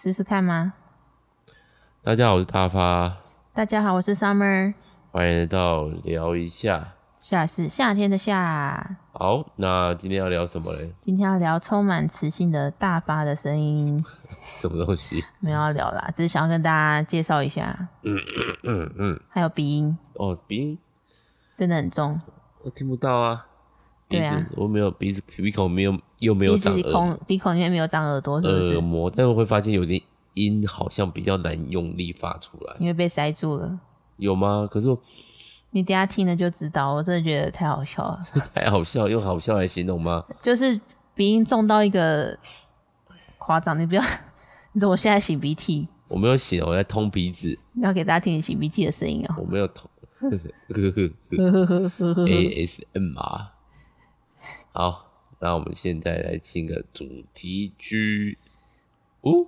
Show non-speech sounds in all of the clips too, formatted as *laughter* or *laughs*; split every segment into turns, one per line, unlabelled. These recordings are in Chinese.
试试看吗？
大家好，我是大发，
大家好，我是 Summer，
欢迎来到聊一下。
夏是夏天的夏。
好，那今天要聊什么嘞？ *laughs*
今天要聊充满磁性的大发的声音，
什么东西？
没有要聊啦，只是想要跟大家介绍一下，
嗯嗯，
还有鼻音
哦，鼻音
真的很重，
我听不到啊，鼻
对
子、
啊
我没有鼻子鼻孔没有又没有
鼻
长
子
耳
孔鼻孔里面没有长耳朵，是不是？
耳膜，但我会发现有点音好像比较难用力发出来，
因为被塞住了。
有吗？可是我
你等一下听了就知道，我真的觉得太好笑了，
太好笑，用好笑来形容吗？
就是鼻音重到一个夸张，你不要， *laughs* 你说我现在擤鼻涕，
我没有形容，我在通鼻子，
你要给大家听你擤鼻涕的声音哦、
我没有通 ASMR。好，那我们现在来进个主题曲。哦，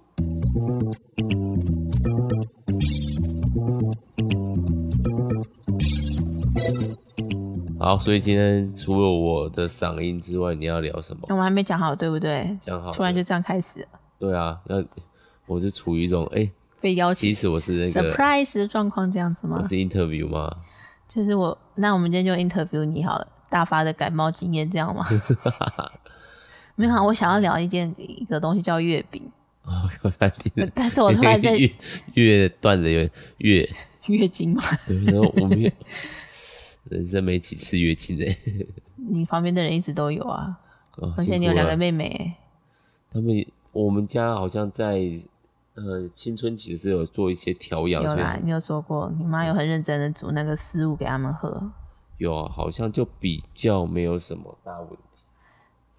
好，所以今天除了我的嗓音之外，你要聊什么？
我们还没讲好，对不对？
讲好了，
突然就这样开始了，
对啊，要我是处于一种哎、
被邀
其
请
实我是那个
surprise 的状况这样子吗
我？是 interview 吗？
就是我，那我们今天就 interview 你好了，大发的感冒经验这
*laughs*
样吗？没有啊，我想要聊一件一个东西叫月饼，
哦，我在听着
*laughs* 但是我突
*laughs*
然在
越越断的越越，
月经嘛，
对，然后我们也人生没几次月经的，
你旁边的人一直都有啊，
哦
而且你有两个，妹妹欸、
辛苦了他们我们家好像在呃青春期的时候有做一些调养，
有
所以
啦，你有说过，你妈有很认真的煮那个食物给他们喝，
有啊好像就比较没有什么大问题，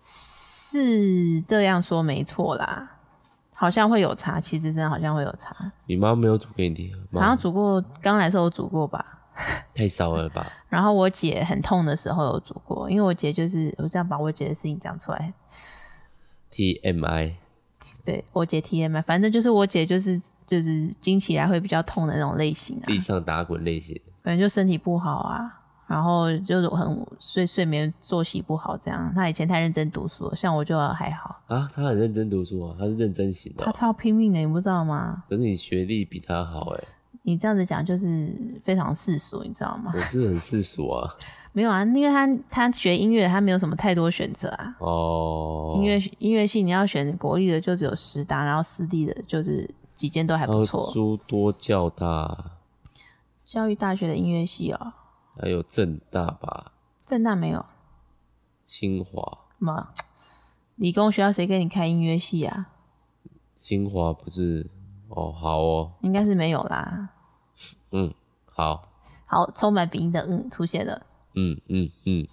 是这样说没错啦，好像会有差，其实真的好像会有差，
你妈没有煮给你听
好像
吗？
煮过，刚来的时候有煮过吧，
太少了吧？
然后我姐很痛的时候有煮过，因为我姐就是我这样把我姐的事情讲出来， *laughs*
TMI
对我姐 T M I，反正就是我姐就是就是经起来会比较痛的那种类型啊，
地上打滚类型，
可能就身体不好啊，然后就是很睡睡眠作息不好这样。她以前太认真读书了，像我就还好，
啊，他很认真读书啊，他是认真型的
她
哦、
超拼命的，你不知道吗？
可是你学历比他好哎、
你这样子讲就是非常世俗，你知道吗
我？是很世俗啊。
没有啊，因为她她学音乐，她没有什么太多选择啊。
哦，
音乐音乐系你要选国立的就只有师大，然后私立的就是几间都还
还
不
有
错。
诸多教大，
教育大学的音乐系哦，
还有正大吧，
正大没有
清华，
嘛？理工学校谁给你开音乐系啊？
清华不是哦，好哦，
应该是没有啦。
嗯，好，
好，充满鼻音的嗯出现了，
嗯嗯嗯，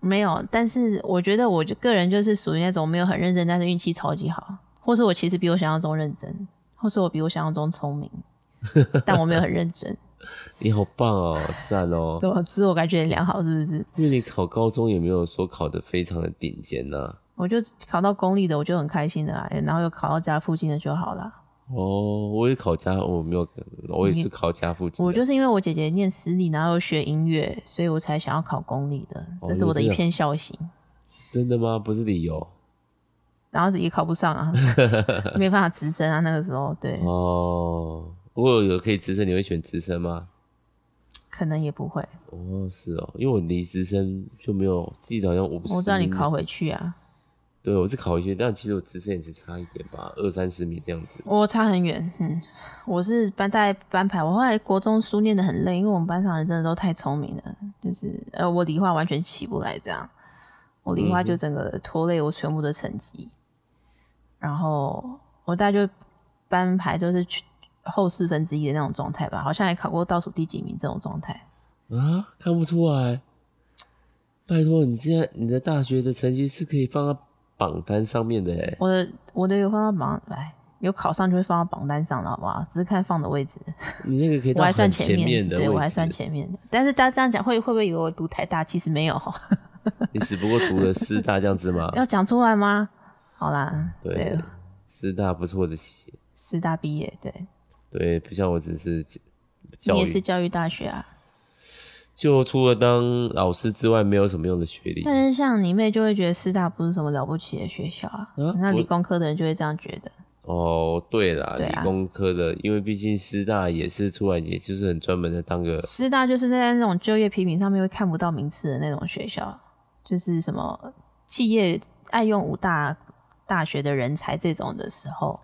没有。但是我觉得我就个人就是属于那种没有很认真，但是运气超级好，或是我其实比我想象中认真，或是我比我想象中聪
*laughs*
明，但我没有很认真，
你好棒哦，赞哦，
对吧？自我感觉良好是不是？
因为你考高中也没有说考得非常的顶尖呐、
我就考到公立的，我就很开心的啊，然后又考到家附近的就好了。
哦，我也考家，我没有，我也是考家附近的，
我就是因为我姐姐念私立，然后又学音乐，所以我才想要考公立的，
哦
这是我的
你
一
这样
片孝心。
真的吗？不是理由
然后也考不上
*laughs*
啊，没办法直升啊，那个时候对，
哦。如果有可以直升，你会选直升吗？
可能也不会。
哦，是哦，因为我离直升就没有，记得好像五十。
我知道你考回去啊，
对，我是考回去，但其实我直升也只差一点吧，二三十米那样子。
我差很远。嗯，我是班带班排，我后来国中书念的很累，因为我们班上人真的都太聪明了，就是呃，我理化完全起不来这样，我理化就整个拖累我全部的成绩，然后我大概就班排就是去后四分之一的那种状态吧，好像还考过倒数第几名这种状态。
啊，看不出来。拜托，你现在你的大学的成绩是可以放在榜单上面的哎。
我的我的有放到榜来，有考上就会放到榜单上了，好不好？只是看放的位置。
你那个可以
我
到
还算
很
前面，
面的位
对
置，
我还算前面的。但是大家这样讲，会会不会以为我读台大？其实没有，
啊你只不过读了师大这样子 *laughs* 嘛
*laughs* 。要讲出来吗？好啦，
对，啊师大不错的系，
师大毕业，对，
对，不像我只是教教
你也是
育，
教育大学啊。
就除了当老师之外，没有什么用的学历。
但是像你妹就会觉得师大不是什么了不起的学校啊，
嗯
那
我
理工科的人就会这样觉得。
哦，对啦，
对啊
理工科的，因为毕竟师大也是出来，也就是很专门的当个
师大就是在那种就业批评上面会看不到名次的那种学校，就是什么企业爱用五大大学的人才这种的时候，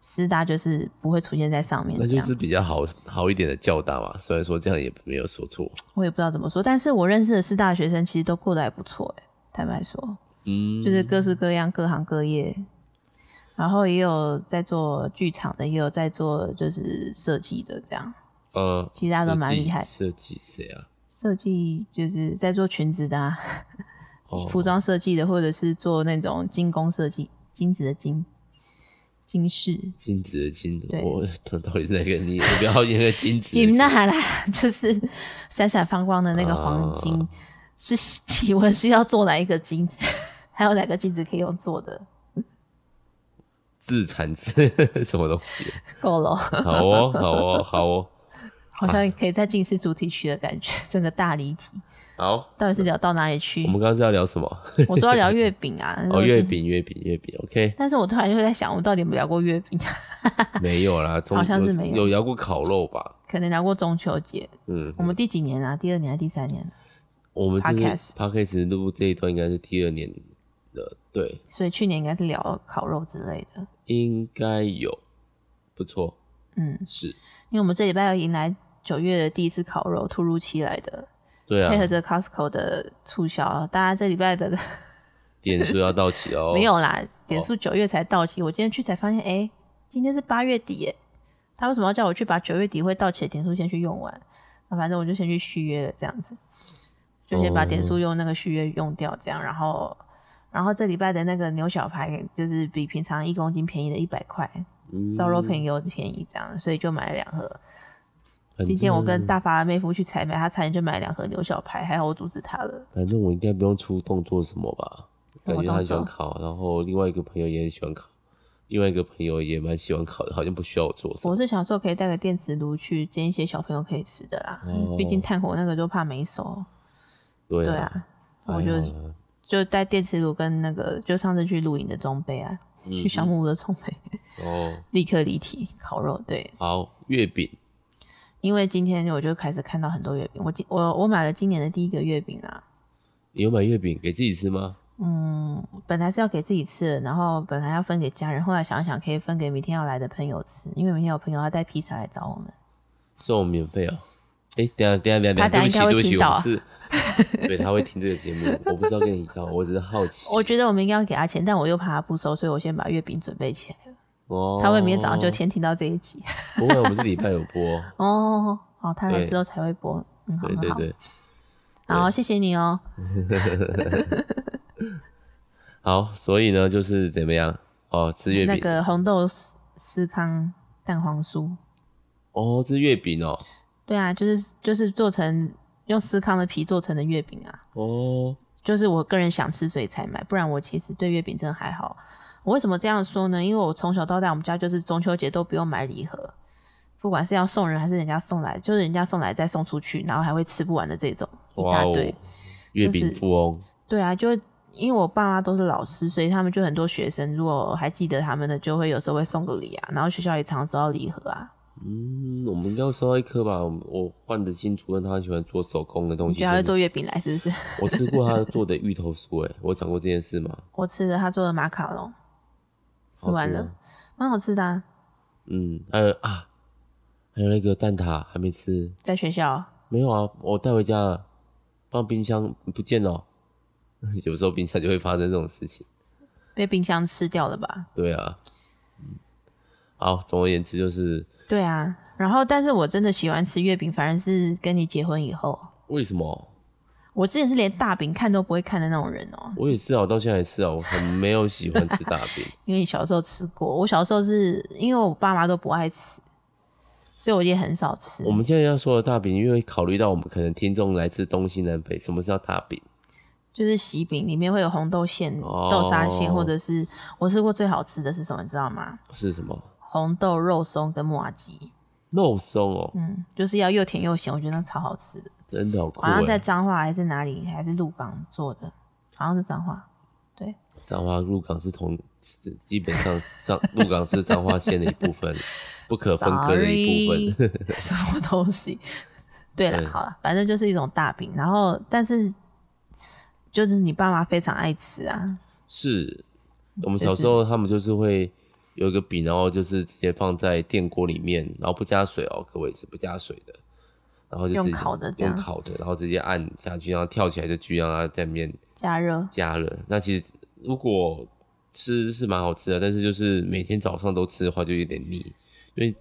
师大就是不会出现在上面。
那
这
就
样
是比较好好一点的教大嘛。虽然说这样也没有说错，
我也不知道怎么说，但是我认识的师大学生其实都过得还不错、欸，坦白说，
嗯，
就是各式各样、各行各业，然后也有在做剧场的，也有在做就是设计的这样。
呃，
其他都蛮厉害
设计设计谁啊？
设计就是在做裙子的、啊， *laughs*
哦，
服装设计的，或者是做那种精工设计，金子的金，金饰。
金子的金
对，
我 *laughs* 到底是哪个？你你不要演个金子的
你
金，
们那啦， *laughs* 就是闪闪发光的那个黄金，
啊
是 *laughs* 体温是要做哪一个金子？ *laughs* 还有哪个金子可以用做的？
自产自 *laughs* 什么东西？
够了，
好哦，好哦，好哦，
好像可以再进一次主题曲的感觉， *laughs* 整个大离题，
好。
到底是聊到哪里去
我？们刚刚是要聊什么？
我说要聊
*laughs*
月饼啊，
哦，月，饼，月饼，月饼。OK，
*laughs* 但是我突然就在想，我到底有没有聊过月饼？啊
没有啦，中
好像是没有
有聊过烤肉吧？
*laughs* 可能聊过中秋节，
嗯，
我们第几年啊？第二年还是第三年？
我们这是
Podcast
podcast 录这一段应该是第二年的，对，
所以去年应该是聊烤肉之类的。
应该有，不错，
嗯，
是，
因为我们这礼拜要迎来九月的第一次烤肉，突如其来的，
对啊
配，合着 Costco 的促销，啊大家这礼拜的、
点数要到齐哦。
没有啊啦，点数九月才到期。我今天去才发现，哎、今天是八月底耶，他为什么要叫我去把九月底会到期的点数先去用完？那反正我就先去续约了，这样子，就先把点数用那个续约用掉，这样，然后。然后这礼拜的那个牛小排就是比平常一公斤便宜了一百块，
嗯，
烧肉便宜又便宜，这样，所以就买了两盒。
反正
今天我跟大发妹夫去采买，她差点就买了两盒牛小排，还好我阻止她了。
反正我应该不用出动作什么吧，
什么
感觉他很喜欢
动
烤，然后另外一个朋友也很喜欢烤，另外一个朋友也蛮喜欢烤的，好像不需要我做什么
我。是想说可以带个电磁炉去煎一些小朋友可以吃的啦，
哦
毕竟炭火那个就怕没熟。
对
对
啊，
啊，我就
哎呀
就带电磁炉跟那个就上次去露营的装备啊，
嗯
去小木屋的装备，
哦，
立刻离题烤肉。对，
好，月饼，
因为今天我就开始看到很多月饼，我今我我买了今年的第一个月饼啦。
你有买月饼给自己吃吗？
嗯，本来是要给自己吃的，然后本来要分给家人，后来想想可以分给明天要来的朋友吃，因为明天有朋友要带披萨来找我们。
送我们免费哦。哎、等一下等一下等一
他
下，
等
对
一下会
不起对不起，
听到啊
我是， *laughs* 对他会听这个节目，我不知道跟你告，我只是好
*laughs*
奇。
我觉得我们应该要给他钱，但我又怕他不收，所以我先把月饼准备起来了。
哦，
他会明天早上就先听 *laughs* 到这一集
不会，我们是礼拜有播。
哦。好，他来
对
之后才会播。嗯，好
对
好
对
好，
对，
好，谢谢你哦。
好，所以呢，就是怎么样？哦，吃月饼，
那个红豆司司康蛋黄酥，
哦，吃月饼哦，
对啊，就是就是做成用司康的皮做成的月饼啊。
哦，
就是我个人想吃所以才买，不然我其实对月饼真的还好。我为什么这样说呢？因为我从小到大，我们家就是中秋节都不用买礼盒，不管是要送人还是人家送来，就是人家送来再送出去，然后还会吃不完的这种一
哇
大
哦
堆。，
月
就是
饼富翁，
对啊，就因为我爸妈都是老师，所以他们就很多学生，如果还记得他们的，就会有时候会送个礼啊，然后学校也常收到礼盒啊。
嗯，我们应该要收到一颗吧？我我换的新主任他很喜欢做手工的东
你
西，
觉得他会
所以
做月饼来是不是？ *laughs*
我吃过他做的芋头酥，哎， *laughs* 我讲过这件事吗？
我吃了他做的马卡龙，吃
好
完
吃
了
吗，
蛮好吃的、啊，
嗯，还有啊，还有那个蛋挞还没吃，
在学校。
没有啊，我带回家了，放冰箱不见了哦。 *laughs* 有时候冰箱就会发生这种事情。
被冰箱吃掉了吧？
对啊，嗯，好，总而言之就是
对啊，然后但是我真的喜欢吃月饼，反而是跟你结婚以后，
为什么
我之前是连大饼看都不会看的那种人哦、
我也是啊，我到现在也是啊，我很没有喜欢吃大饼。
因为你小时候吃过，我小时候是因为我爸妈都不爱吃，所以我也很少吃
我。们现在要说的大饼，因为考虑到我们可能听众来自东西南北，什么是叫大饼？
就是喜饼里面会有红豆馅、
哦
豆沙馅，或者是我吃过最好吃的是什么，你知道吗？
是什么？
红豆肉松跟木耳鸡，
肉松哦，
嗯，就是要又甜又咸，我觉得那超好吃的。
真的好酷
好像在
哎！
彰化还是哪里，还是鹿港做的，好像是彰化。
彰化入港是同这基本上彰鹿港是彰化县的一部分，不可分割的一部分。
*laughs*
*laughs*
Sorry，
嗯
什么东西？ *laughs* 对了
对，
好了，反正就是一种大饼，然后但是就是你爸妈非常爱吃啊，
是我们
就
小时
是
候他们就是会有一个饼，然后就是直接放在电锅里面，然后不加水哦，各位是不加水的，然后就
用
直接
烤的这
用
样
烤的，然后直接按下去，然后跳起来就去让它在面
加热
加热。那其实如果吃是蛮好吃的，但是就是每天早上都吃的话就有点腻，因为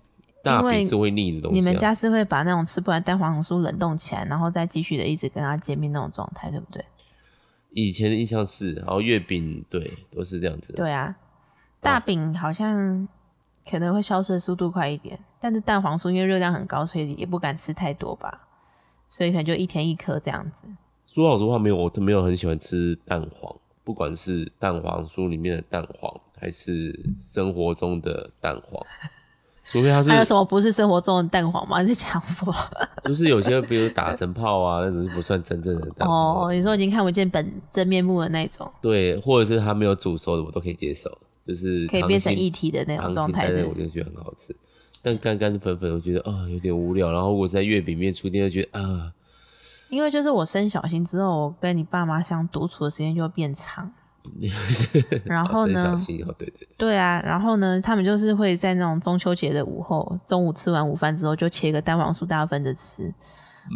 大
因为
饼是会腻的东西、啊。
你们家是会把那种吃不完的蛋黄酥冷冻起来，然后再继续的一直跟它见面那种状态，对不对？
以前的印象是，然后月饼对嗯都是这样子。，
对啊，大饼好像可能会消失的速度快一点，但是蛋黄酥因为热量很高，所以也不敢吃太多吧，所以可能就一天一颗这样子。
说老实话，没有我没有很喜欢吃蛋黄，不管是蛋黄酥里面的蛋黄，还是生活中的蛋黄，除非
*laughs*
它
还有什
是
么不是生活中的蛋黄吗？ *laughs* 你在讲什么？
就是有些比如打成泡啊，那种就不算真正的蛋黄。
哦，你 *laughs* 说已经看不见本真面目的那种，
对，或者是它没有煮熟的，我都可以接受，就是
可以
溏
变成
心
一体的那
溏
种
心
状态，
蛋
是
类
不
我
是？
就觉得很好吃，但干干粉粉我觉得啊、有点无聊，然后我在月饼面出店就觉得啊， *laughs*
因为就是我生小新之后，我跟你爸妈相独处的时间就会变长。然后
生
呢
小心哦，对对对，
对啊，然后呢，他们就是会在那种中秋节的午后，中午吃完午饭之后，就切个蛋黄酥，大家分着吃。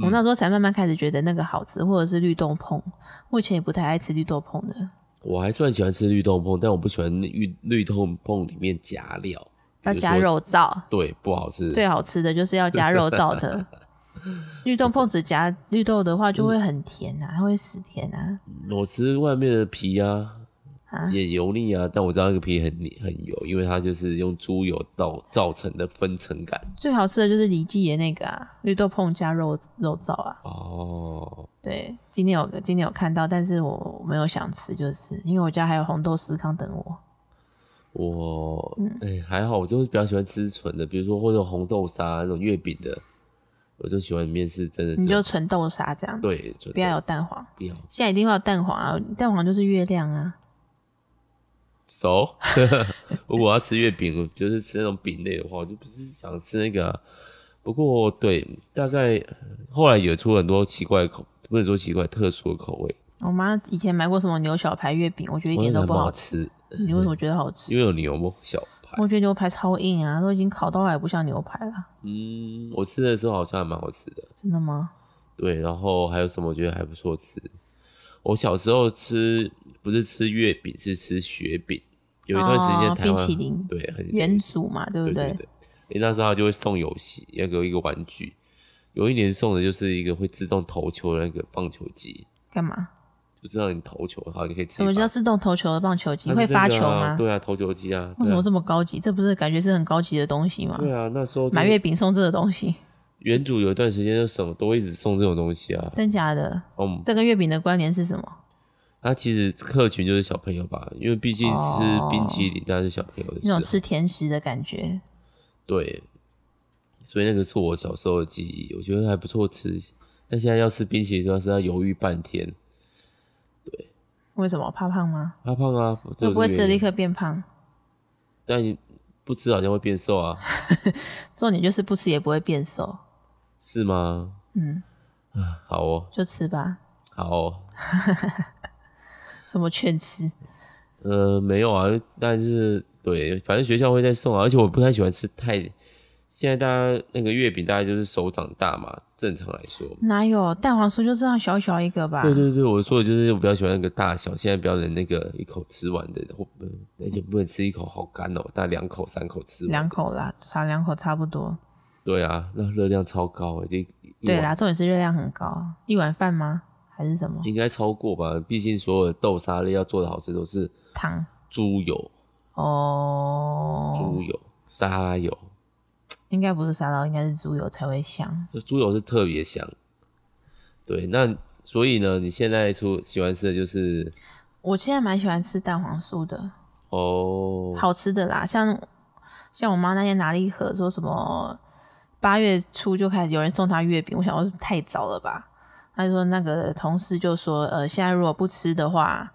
我那时候才慢慢开始觉得那个好吃，或者是绿豆椪。我以前也不太爱吃绿豆椪的，
我还算喜欢吃绿豆椪，但我不喜欢绿绿豆椪里面加料，比
要
如
加
说，
肉燥，
对，不好吃。
最好吃的就是要加肉燥的。绿豆椪只加绿豆的话，就会很甜啊，它会死甜啊。
我吃外面的皮啊，
啊
也油腻啊，但我知道那个皮很腻很油，因为它就是用猪油造造成的分层感。
最好吃的就是李记爷那个啊，绿豆椪加肉肉燥啊。
哦，
对，今天有今天有看到，但是我没有想吃，就是因为我家还有红豆司康等我。
我
嗯
哎、还好，我就是比较喜欢吃纯的，比如说或者红豆沙那种月饼的，我就喜欢里面是真的只
你
有。
就纯豆沙这样，，
对，纯的
不要有蛋黄。
不要
现在一定会有蛋黄啊，蛋黄就是月亮啊。
熟。 *laughs* 如果要吃月饼，我就是吃那种饼类的话，我就不是想吃那个、啊。不过对，大概后来也出很多奇怪的口，不能说奇怪，特殊的口味，
我妈以前买过什么牛小排月饼，我觉得一
我
点
觉得
都不
还蛮好
好吃。
吃，
你为什么觉得好吃？
因为有牛小排。
我觉得牛排超硬啊，都已经烤到还不像牛排了。
嗯，我吃的时候好像还蛮好吃的。
真的吗？
对，然后还有什么我觉得还不错吃？我小时候吃不是吃月饼，是吃雪饼。有一段时间
哦
台湾、
冰淇淋
对很
元祖嘛，对不
对对。诶那时候他就会送游戏，要给我一个玩具。有一年送的就是一个会自动投球的那个棒球机，
干嘛？
就是让你投球，然后就可以自己
什么
发
叫自动投球的棒球机？
它
会
就是那
发
个
球
啊
吗？
对啊，投球机啊。
为什么
对
这么高级？这不是感觉是很高级的东西吗
啊？？对啊，那时候就
买月饼送这个东西，
原主有一段时间就什么都会一直送这种东西啊。
真假的？
嗯，
这跟月饼的关联是什么？
他其实客群就是小朋友吧，因为毕竟吃
哦
冰淇淋，当然是小朋友的
那种
事啊。
吃甜食的感觉，
对，所以那个是我小时候的记忆，我觉得还不错吃。但现在要吃冰淇淋，主要是要犹豫半天。
为什么怕胖吗？
怕胖啊，这
会
有
不会
这
吃
个
了
原
立
因
刻变胖？
但你不吃好像会变瘦啊，
重点就是不吃也不会变瘦。
是吗？
嗯，
啊好哦，
就吃吧，
好哦，
什么劝吃？
呃，没有啊，但是对，反正学校会再送啊，而且我不太喜欢吃太，现在大家那个月饼大概就是手掌大嘛，正常来说。
哪有蛋黄酥就这样小小一个吧？
对对对，我说的就是我比较喜欢那个大小，现在不要人那个一口吃完的，或呃而且不能吃一口，好干哦，大概两口三口吃完
两。口啦，少两口差不多。
对啊，那热量超高，已经
对啦，重点是热量很高，一碗饭吗？还是什么
应该超过吧，毕竟所有的豆沙类要做的好吃都是
糖？
猪油，
哦
猪，油、沙拉油，
应该不是沙拉，应该是猪油才会香。
这猪油是特别香。对，那所以呢，你现在出喜欢吃的就是
我现在蛮喜欢吃蛋黄酥的，
哦，
好吃的啦，像像我妈那天拿了一盒，说什么八月初就开始有人送她月饼，我想说是太早了吧。她就说那个同事就说，呃，现在如果不吃的话，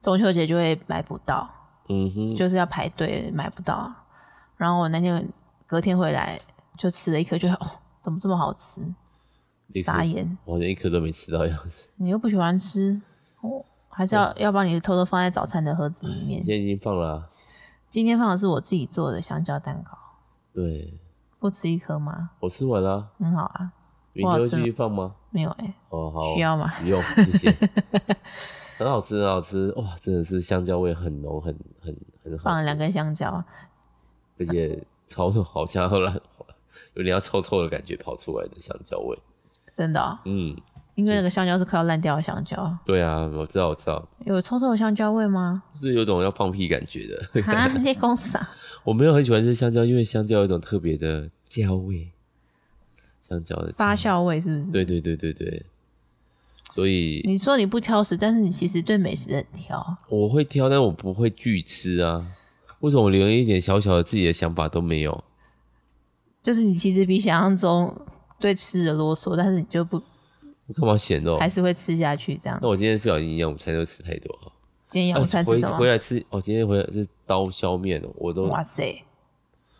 中秋节就会买不到。
嗯哼，
就是要排队买不到啊。然后我那天隔天回来就吃了一颗，就哦，怎么这么好吃？
一颗
傻眼，
我好像一颗都没吃到的样子。
你又不喜欢吃，哦，还是要、要把你偷偷放在早餐的盒子里面
你。现在已经放了啊、
今天放的是我自己做的香蕉蛋糕，
对
不吃一颗吗？
我吃完了、
很好啊，
明
哇
天会
这
继续放吗？
没有哎、
哦，好，
需要吗
不用，谢谢。很好吃，很好吃，哇，真的是香蕉味很浓，很很很好
放了
吃，
两根香蕉，啊
而且超浓，好像要烂，有点要臭臭的感觉跑出来的香蕉味。
真的、哦，
嗯，
因为那个香蕉是快要烂掉的香蕉，
对啊，我知道，我知道，
有臭臭的香蕉味吗？
就是有种要放屁感觉的。 *laughs*
啊，那公司啊，
我没有很喜欢吃香蕉，因为香蕉有一种特别的焦味，香蕉的
发
焦
酵味是不是？
对对对对对，所以
你说你不挑食，但是你其实对美食很挑。啊
我会挑，但我不会拒吃啊。为什么我连一点小小的自己的想法都没有？
就是你其实比想象中对吃的啰嗦，但是你就不
我干嘛显露？
还是会吃下去这样
那。我今天不小心营养午餐又吃太多了。
今天阳餐吃
回
什么
回？来吃，哦，今天回来是刀削面哦，我都
哇塞，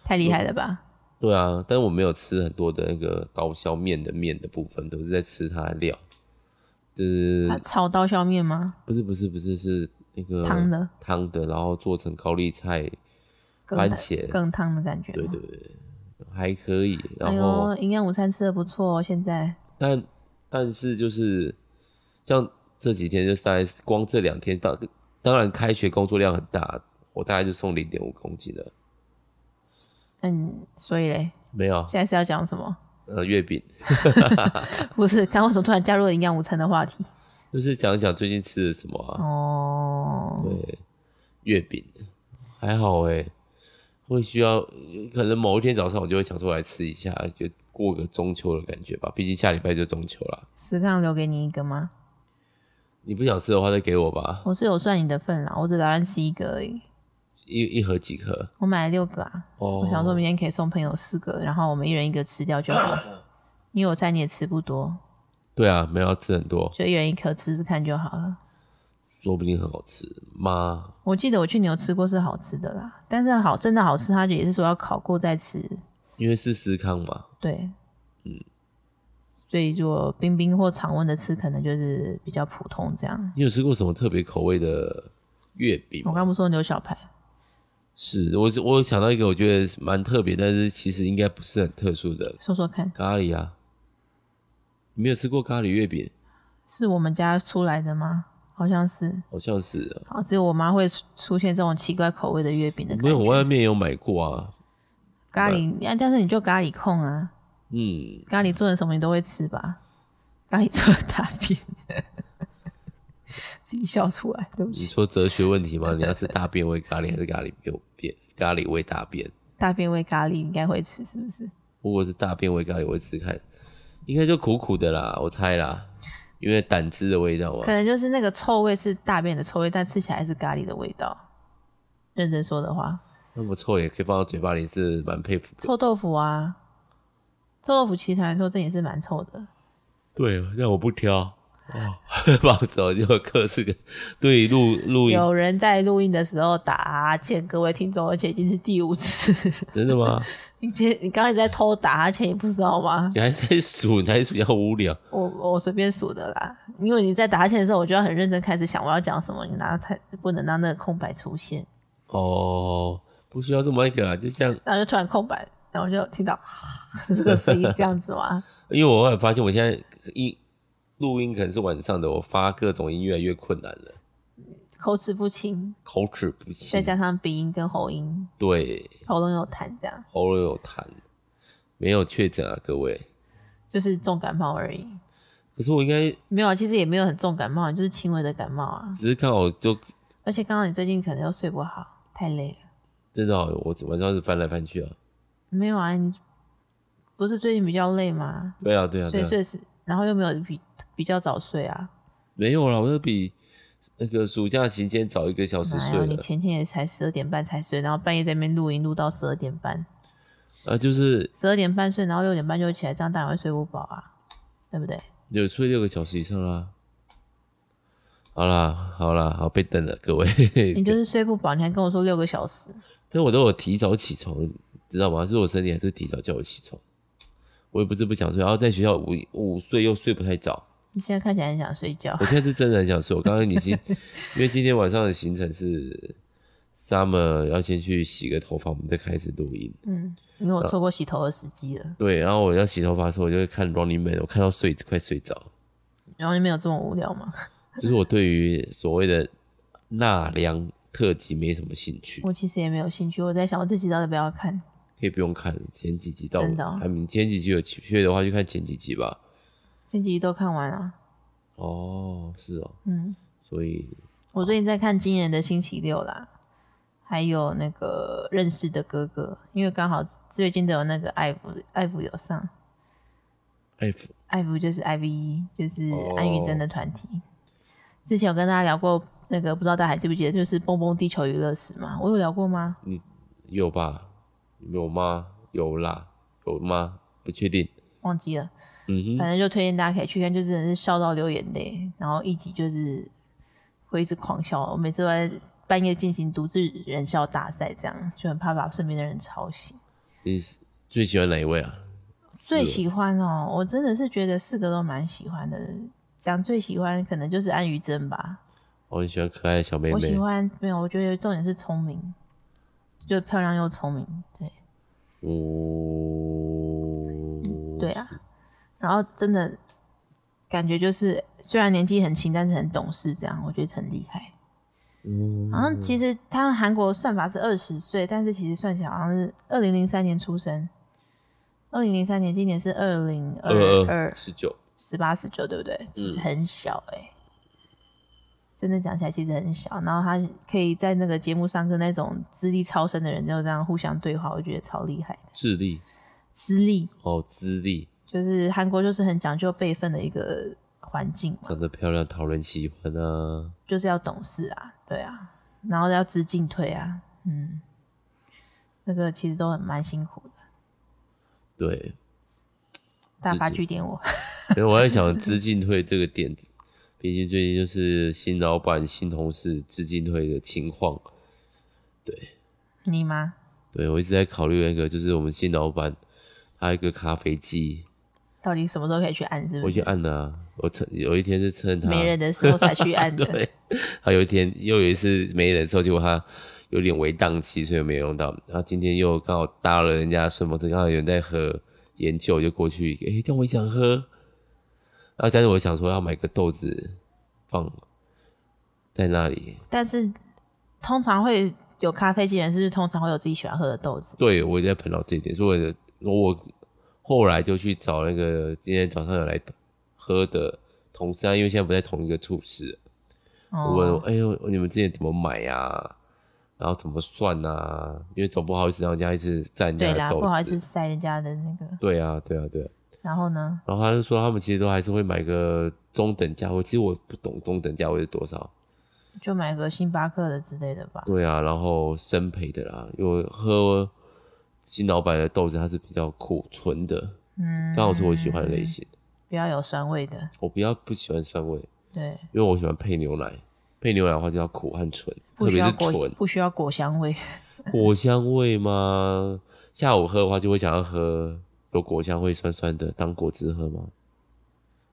太厉害了吧！
对啊，但我没有吃很多的那个刀削面的面的部分，都是在吃它的料，就是
炒炒刀削面吗？
不是不是不是是那个
汤的
汤的，然后做成高丽菜，
更
番
烫
茄
更烫的感觉。
对对。对，对还可以。
哎
然后、
呦，营养午餐吃的不错哦，现在
但但是就是像这几天就大概光这两天，当当然开学工作量很大，我大概就送零点五公斤了。
嗯，所以嘞，
没有，
现在是要讲什么？ *laughs*
呃，月饼
不是，刚刚为什么突然加入了营养午餐的话题？
就是讲一讲最近吃的什么啊？
哦，
对，月饼还好哎、会需要可能某一天早上我就会想说来吃一下，就过个中秋的感觉吧。毕竟下礼拜就中秋了，
思康留给你一个吗？
你不想吃的话再给我吧，
我是有算你的份啦，我只打算吃一个而已。
一一盒几颗
我买了六个啊，
哦。
我想说明天可以送朋友四个，然后我们一人一个吃掉就好。
*laughs*
因为我猜你也吃不多，
对啊，没有要吃很多，
就一人一颗吃吃看就好了。
说不定很好吃妈。
我记得我去牛吃过是好吃的啦，但是好真的好吃，它也是说要烤过再吃，
因为是思康嘛，
对，嗯，所以如果冰冰或常温的吃，可能就是比较普通这样。
你有吃过什么特别口味的月饼吗？
我刚不是说牛小排，
是我我有想到一个，我觉得蛮特别，但是其实应该不是很特殊的
说说看，
咖喱啊。你没有吃过咖喱月饼？
是我们家出来的吗？好像是，
好像是，啊
好，只有我妈会出出现这种奇怪口味的月饼的感
没有，我
觉。
外面也有买过啊。
咖喱，啊但是你就咖喱控啊，
嗯，
咖喱做成什么你都会吃吧？咖喱做的大便， *laughs* 自己笑出来，对不
你
起，
说哲学问题吗？你要吃大便味咖喱还是咖喱味便咖喱味大便？
大便味咖喱应该会吃，是不是？
如果是大便味咖喱，我会吃看，应该就苦苦的啦，我猜啦，因为胆汁的味道嘛啊
可。能就是那个臭味是大便的臭味，但吃起来是咖喱的味道。认真说的话，
那么臭也可以放到嘴巴里，是蛮佩服的。
臭豆腐啊，臭豆腐其实来说这也是蛮臭的。
对，那我不挑。 *laughs* 哦，暴走就各式各对录录音，
有人在录音的时候打哈欠，各位听众，而且已经是第五次。 *laughs*
真的吗？
你今你刚才在偷打哈欠，你不知道吗？
你还在数，你还数比较无聊。
我我随便数的啦，因为你在打哈欠的时候，我就要很认真开始想我要讲什么，你拿才不能让那个空白出现，
哦，不需要这么那个啦，就像
然后就突然空白，然后就听到 *laughs* 这个声音这样子嘛。
因为我后来发现，我现在音录音可能是晚上的，我发各种音越来越困难了，
口齿不清，
口齿不
再
清，
加上鼻音跟喉音，
对，
喉咙有痰，这样
喉咙有痰，没有确诊啊，各位。
就是重感冒而已。
可是我应该
没有，啊，其实也没有很重感冒，就是轻微的感冒啊。
只是刚好就
而且刚刚你最近可能又睡不好，太累了。
真的好，我晚上是翻来翻去啊。
没有啊，你不是最近比较累吗？
对啊，对啊，对
睡
啊。
睡是，然后又没有比比较早睡啊。
没有啦，我就比那个暑假期间早一个小时
哪
睡
有你
了
前天也才十二点半才睡，然后半夜在那边录音录到十二点半，
啊，就是
十二点半睡，然后六点半就起来，这样当然会睡不饱啊，对不对？
有睡六个小时以上啦。好啦，好啦，好被瞪了，各位。
你就是睡不饱，你还跟我说六个小时，
*laughs* 但我都有提早起床，知道吗？就是我身体还是提早叫我起床，我也不是不想睡，然后在学校午午睡又睡不太早。
你现在看起来很想睡觉
我。现在是真的很想睡，我刚刚已
*laughs*
经，因为今天晚上的行程是 Summer 要先去洗个头发，我们再开始录音。
嗯，因
呃
为我错过洗头的时机了，
对，然后我要洗头发的时候，我就会看 Running Man，我看到睡快睡着。
然后你没有这么无聊吗？
就是我对于所谓的纳凉特辑没什么兴趣，
我其实也没有兴趣，我在想我这集到底要不要看。
可以不用看前几集到，
真的哦
还没前几集有缺的话就看前几集吧。
这集都看完了，
哦，是哦，
嗯，
所以
我最近在看《惊人的星期六》啦，还有那个《认识的哥哥》，因为刚好最近都有那个艾弗，艾弗有上，
F
艾弗就是 IV，就是
哦
安宇真的团体。之前有跟大家聊过那个，不知道大家还记不记得，就是蹦蹦地球娱乐史嘛，我有聊过吗？
有吧？有吗？有啦，有吗？不确定。
忘记了，
嗯哼，
反正就推荐大家可以去看，就真的是笑到流眼泪，然后一集就是会一直狂笑，我每次都在半夜进行独自人笑大赛，这样就很怕把身边的人吵醒。
你是最喜欢哪一位啊？
最
是
喜欢哦，我真的是觉得四个都蛮喜欢的。讲最喜欢可能就是安于真吧，
我很喜欢可爱的小妹
我喜
妹，
欢没有，我觉得重点是聪明，就漂亮又聪明，对
哦，
对啊。然后真的感觉就是虽然年纪很轻，但是很懂事，这样我觉得很厉害。
嗯，
好像其实他们韩国算法是二十岁，但是其实算起来好像是二零零三年出生，二零零三年，今年是二零二
二
二
二十九，
十八十九，对不对？其实
嗯
很小哎、真的讲起来其实很小。然后他可以在那个节目上跟那种资历超深的人就这样互相对话，我觉得超厉害的。
智力
资历
哦，资历，
就是韩国就是很讲究辈分的一个环境嘛，
长得漂亮，讨人喜欢啊。
就是要懂事啊，对啊，然后要知进退啊，嗯，那个其实都很蛮辛苦的。
对，
大发
知
据点我， *laughs*
因为我在想知进退这个点，毕竟最近就是新老板、新同事知进退的情况。
你吗？
对我一直在考虑那个，就是我们新老板他有一个咖啡机，
到底什么时候可以去按？是
我
不
已经
是？
按了啊、我趁有一天是趁他
没人的时候才去按的。
*laughs* 对，他有一天又有一次没人的时候，结果他有点微档期，所以没有用到。然后今天又刚好搭了人家顺风车，刚好有人在喝研究，我就过去，诶、但我也想喝。啊，但是我想说要买个豆子放在那里。
但是通常会有咖啡机的人，是不是通常会有自己喜欢喝的豆子？
对，我也在碰到这一点，所以我的我后来就去找那个今天早上有来喝的同事啊，因为现在不在同一个处室了，我问我，
哦，
哎呦，你们之前怎么买呀、然后怎么算啊？因为总不好意思让人家一直占人
对
家的
啦，
豆
不好意思
子。
塞人家的那个。
对啊，对啊，对啊。
然后呢？
然后他就说，他们其实都还是会买个中等价位。其实我不懂中等价位是多少。
就买个星巴克的之类的吧。
对啊，然后生培的啦，因为我喝新老板的豆子，它是比较苦纯的，
嗯，
刚好是我喜欢的类，型。
不要有酸味的。
我比较不喜欢酸味，
对，
因为我喜欢配牛奶。配牛奶的话就要苦和纯，特
不需
别
要
是
果
纯，
不需要果香味。
果香味吗？下午喝的话，就会想要喝有果香味、酸酸的，当果汁喝吗？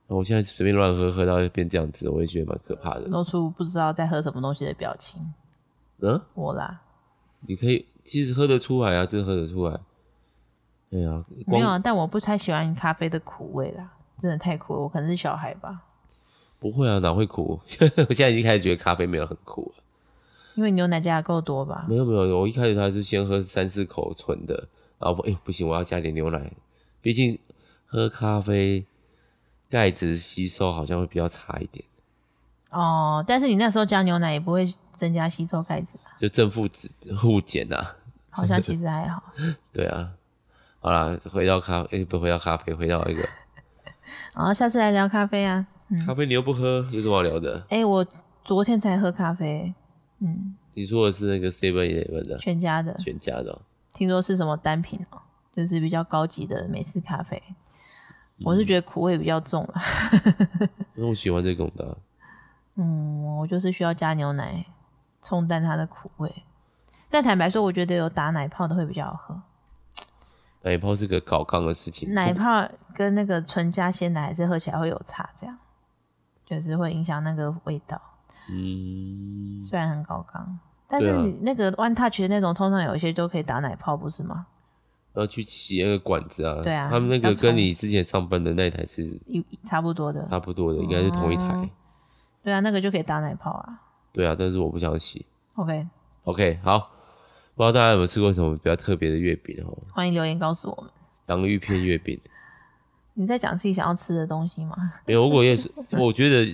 那我现在随便乱喝，喝到变这样子，我也觉得蛮可怕的。
露出不知道在喝什么东西的表情，
嗯，
我啦，
你可以，其实喝得出来啊，真的喝得出来。对啊，
没有
光
啊，但我不太喜欢咖啡的苦味啦，真的太苦了。我可能是小孩吧，
不会啊，哪会苦？ *laughs* 我现在已经开始觉得咖啡没有很苦了。
因为牛奶加的够多吧。
没有没有，我一开始他是先喝三四口纯的，然后哎、不行，我要加点牛奶，毕竟喝咖啡钙质吸收好像会比较差一点。
哦，但是你那时候加牛奶也不会增加吸收钙质吧，
就正负值互减呐、啊。
好像其实还好。
对啊，好啦，回到咖，诶、不回到咖啡，回到一个、
然后下次来聊咖啡啊。
咖啡，你又不喝，有什么好聊的？
哎、我昨天才喝咖啡，嗯，
你说的是那个 Seven Eleven 的
全家的，
全家的哦、
听说是什么单品哦，就是比较高级的美式咖啡。我是觉得苦味比较重啦，
因为我喜欢这种的啊、
嗯，我就是需要加牛奶冲淡它的苦味。但坦白说，我觉得有打奶泡的会比较好喝。
奶泡是个搞刚的事情，
奶泡跟那个纯加鲜奶还是喝起来会有差，这样就是会影响那个味道。
嗯，
虽然很高刚，但
对
是
啊
你那个 One Touch 的那种，通常有一些都可以打奶泡，不是吗？
要去洗那个管子啊，
对啊
他们那个
要冲
跟你之前上班的那一台是
一差不多的，
差不多的，应该是同一台
嗯，对啊，那个就可以打奶泡啊。
对啊，但是我不想洗。
OK，
OK，好，不知道大家有没有吃过什么比较特别的月饼哦？
欢迎留言告诉我们，
洋芋片月饼，
你在讲自己想要吃的东西吗？
没有，如果也是，我觉得，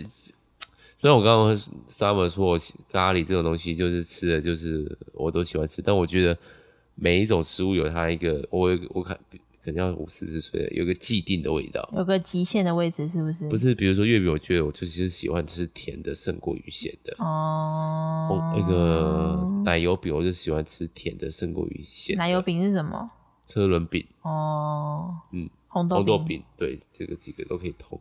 虽然我刚刚和 Summer 说我咖喱这种东西就是吃的，就是我都喜欢吃，但我觉得每一种食物有它一个，我有一个我看可能要五四十岁了，有一个既定的味道，
有个极限的位置是不是？
嗯不是，比如说月饼，我觉得我就其实喜欢吃甜的胜过于咸的。
哦
哦，，那个奶油饼，我就喜欢吃甜的胜过于咸的。
奶油饼是什么？
车轮饼、
哦，
嗯，
红豆
红豆饼，对，这个几个都可以通。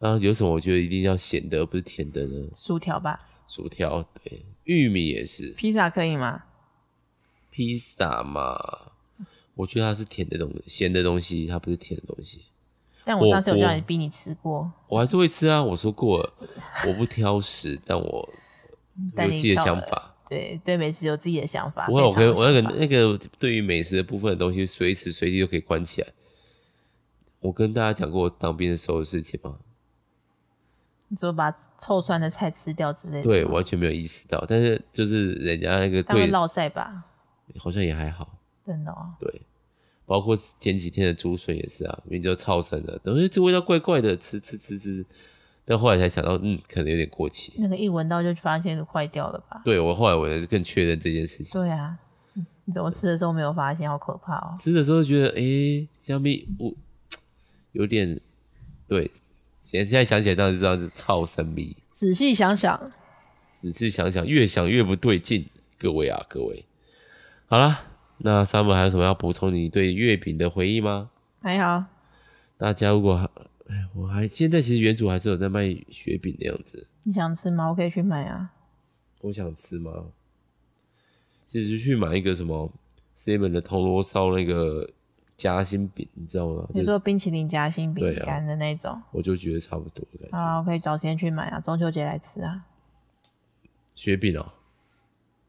那有什么我觉得一定要咸的，而不是甜的呢？
薯条吧，
薯条，对，玉米也是，
披萨可以吗？
披萨嘛，我觉得它是甜的东西，咸的东西它不是甜的东西。
但我上次有
火锅
叫你逼你吃过，
我还是会吃啊，我说过了，我不挑食， *laughs* 但我
但
有
你
自己的
嗯到
想
了
法。
对对，美食有自己的想法。
我我
非常
跟
有
我那个
想法
那个对于美食的部分的东西，随时随地都可以关起来。我跟大家讲过我当兵的时候的事情吗？
你说把臭酸的菜吃掉之类的，
对，完全没有意识到，但是就是人家那个
但会
对，
落塞吧？
好像也还好。
真的哦，
对，包括前几天的竹笋也是啊，明明就超生了，等于这味道怪怪的，吃吃吃吃，但后来才想到，嗯，可能有点过期。
那个一闻到就发现坏掉了吧？
对我后来我才更确认这件事情。
对啊，嗯你怎么吃的时候没有发现？好可怕哦！
吃的时候就觉得，诶，香米我有点对，现现在想起来当然知道是超生米，
仔细想想，
只是想想越想越不对劲，各位啊各位，好啦，那 Summer 还有什么要补充你对月饼的回忆吗？
还好，
大家如果还，哎，我还现在其实原主还是有在卖雪饼的样子。
你想吃吗？我可以去买啊。
我想吃吗？其实去买一个什么 Seven 的铜锣烧那个夹心饼，你知道吗？
你
就
说
是
冰淇淋夹心饼
对啊
干的那种，
我就觉得差不多的感觉。
好啦，我可以找时间去买啊，中秋节来吃啊。
雪饼哦，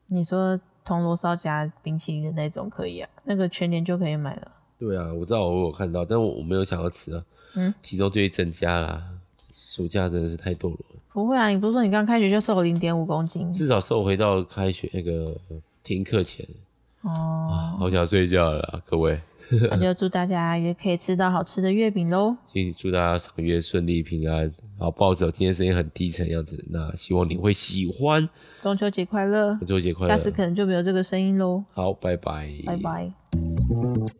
你说铜锣烧夹冰淇淋的那种可以啊，那个全年就可以买了。
对啊，我知道我有看到，但我我没有想要吃啊。
嗯，
体重就会增加啦。暑假真的是太堕落了，
不会啊，你不是说你刚开学就瘦零点五公斤？
至少瘦回到开学那个呃停课前
哦，
好想睡觉了啊，各位。
那就祝大家也可以吃到好吃的月饼喽。
请祝大家赏月顺利平安。好，报纸今天声音很低沉的样子，那希望你会喜欢。
中秋节快乐！
中秋节快
下次
乐！
可能就没有这个声音喽，
好，拜拜，
拜拜。